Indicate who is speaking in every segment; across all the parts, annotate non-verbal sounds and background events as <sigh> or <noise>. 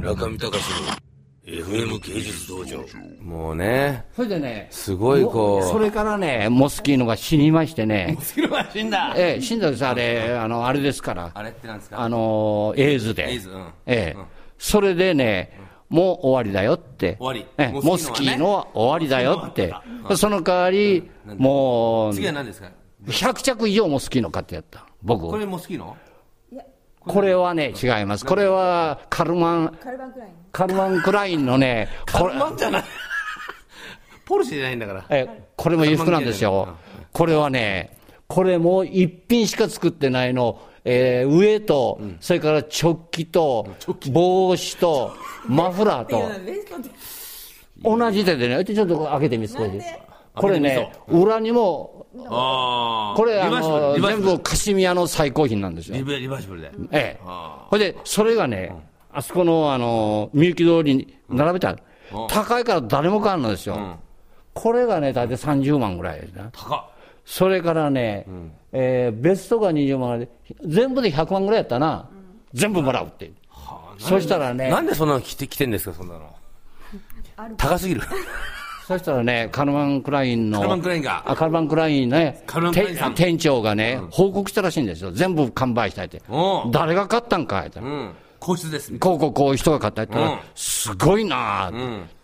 Speaker 1: 中見隆の FM 芸術道場。
Speaker 2: もうね、
Speaker 3: それでね、
Speaker 2: すごいこう
Speaker 3: それからね、モスキーノが死にましてね、
Speaker 4: スキルマシンだ
Speaker 3: ええ、死んだんです、あれ、あのあれですから、
Speaker 4: あれってなんですか
Speaker 3: あのエイズで、
Speaker 4: エイズうん
Speaker 3: ええ
Speaker 4: うん
Speaker 3: それでね、もう終わりだよって、
Speaker 4: 終わり
Speaker 3: ええモ
Speaker 4: モ
Speaker 3: ス
Speaker 4: ス
Speaker 3: キ
Speaker 4: キ
Speaker 3: ー
Speaker 4: ー
Speaker 3: ノ
Speaker 4: ノ
Speaker 3: は終わりだよって
Speaker 4: モスキーノは終わ、
Speaker 3: その代わり、もう
Speaker 4: 次は何ですか
Speaker 3: 100着以上モスキーノ買ってやった、僕、
Speaker 4: こ
Speaker 3: こ
Speaker 4: れ
Speaker 3: れ
Speaker 4: モスキーノ
Speaker 3: はね、違います、これはカルマン、
Speaker 5: カルバンクライン
Speaker 3: カルマンクラインのね、これ
Speaker 4: マンじゃないポルシェじゃないんだから。
Speaker 3: えこれも裕福なんですよ、これはね、これもう一品しか作ってないの、えー上と、それからチョッキと、帽子と、マフラー
Speaker 5: <laughs> っていうのは
Speaker 3: と、
Speaker 5: ベストで
Speaker 3: 同じ手でね、ちょっと開けてみ少し
Speaker 5: なんで
Speaker 3: これね、裏にも、
Speaker 4: ああ。
Speaker 3: これ、あ
Speaker 4: リバーシブル
Speaker 3: の
Speaker 4: リバーシ
Speaker 3: 全
Speaker 4: ブル
Speaker 3: 部カシミヤの最高品なんですよ
Speaker 4: リ。ベリバーシブルで。
Speaker 3: ええ
Speaker 4: あ、
Speaker 3: ほいで、それがね、あそこの、あのみゆき通りに並べ
Speaker 4: う
Speaker 3: た、
Speaker 4: ん
Speaker 3: 高いから誰も買うんですよ、これがね、大体30万ぐらいですね、
Speaker 4: 高っ。
Speaker 3: それからね、えーベストが20万ぐらいで、全部で100万ぐらいやったな、全部もらうって、そしたらね
Speaker 2: な、んでそんなの着て、着てんですか、そんなの。
Speaker 4: 高すぎる。
Speaker 3: そしたらね、カルマンクラインの、
Speaker 4: カルマンクラインが
Speaker 3: あカルマンクラインね、
Speaker 4: カルマンクラインさん
Speaker 3: て店長がね、報告したらしいんですよ、全部完売したいって
Speaker 4: お、う
Speaker 3: 誰が買ったんかいって。
Speaker 4: うん。個室です。
Speaker 3: こうこうこういう人が買ったって言ったら、
Speaker 4: うん
Speaker 3: すごいなあ、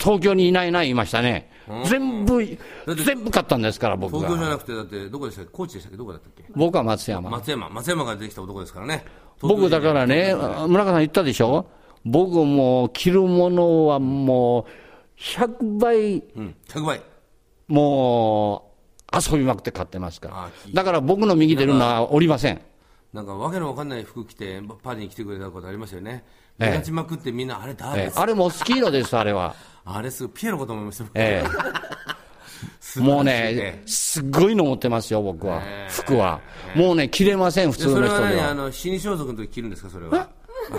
Speaker 3: 東京にいないな言いましたね、全部、全部買ったんですから、僕
Speaker 4: 東京じゃ
Speaker 3: が、
Speaker 4: なくて、だって、どこでしたっけ高知でしたっけどこだったっけ
Speaker 3: 僕は松山、
Speaker 4: 松山。松山からできた男ですからね。
Speaker 3: 僕だからね、村川さん言ったでしょ、僕もう着るものはもう、100倍、
Speaker 4: うん。100倍。
Speaker 3: もう遊びまくって買ってます
Speaker 4: あ
Speaker 3: か
Speaker 4: 聞
Speaker 3: ら
Speaker 4: い、
Speaker 3: だから僕の右出るのはおりません。
Speaker 4: なんかわけのわかんない服着てパリに来てくれたことありましたよね。
Speaker 3: ええ
Speaker 4: 目立ちまくってみんなあれ誰、
Speaker 3: ええあれもスキーのです、あれは。
Speaker 4: あれすごいピエロかと思いました。 <laughs>
Speaker 3: ええもうね、すっごいの持ってますよ、僕は、服は。もうね、着れません、普
Speaker 4: で
Speaker 3: 通の
Speaker 4: そ
Speaker 3: 人
Speaker 4: れ
Speaker 3: で
Speaker 4: は何あ
Speaker 3: は。
Speaker 4: の死に装束の時着るんですかそれは。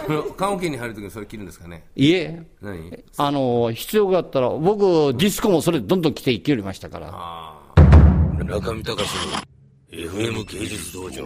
Speaker 4: あの棺桶に入る時にそれ着るんですかね。
Speaker 3: いえ、
Speaker 4: 何？
Speaker 3: あの、必要があったら、僕、ディスコもそれどんどん着ていきよりましたから。
Speaker 4: ああ。
Speaker 1: 中見隆の FM 芸術道場。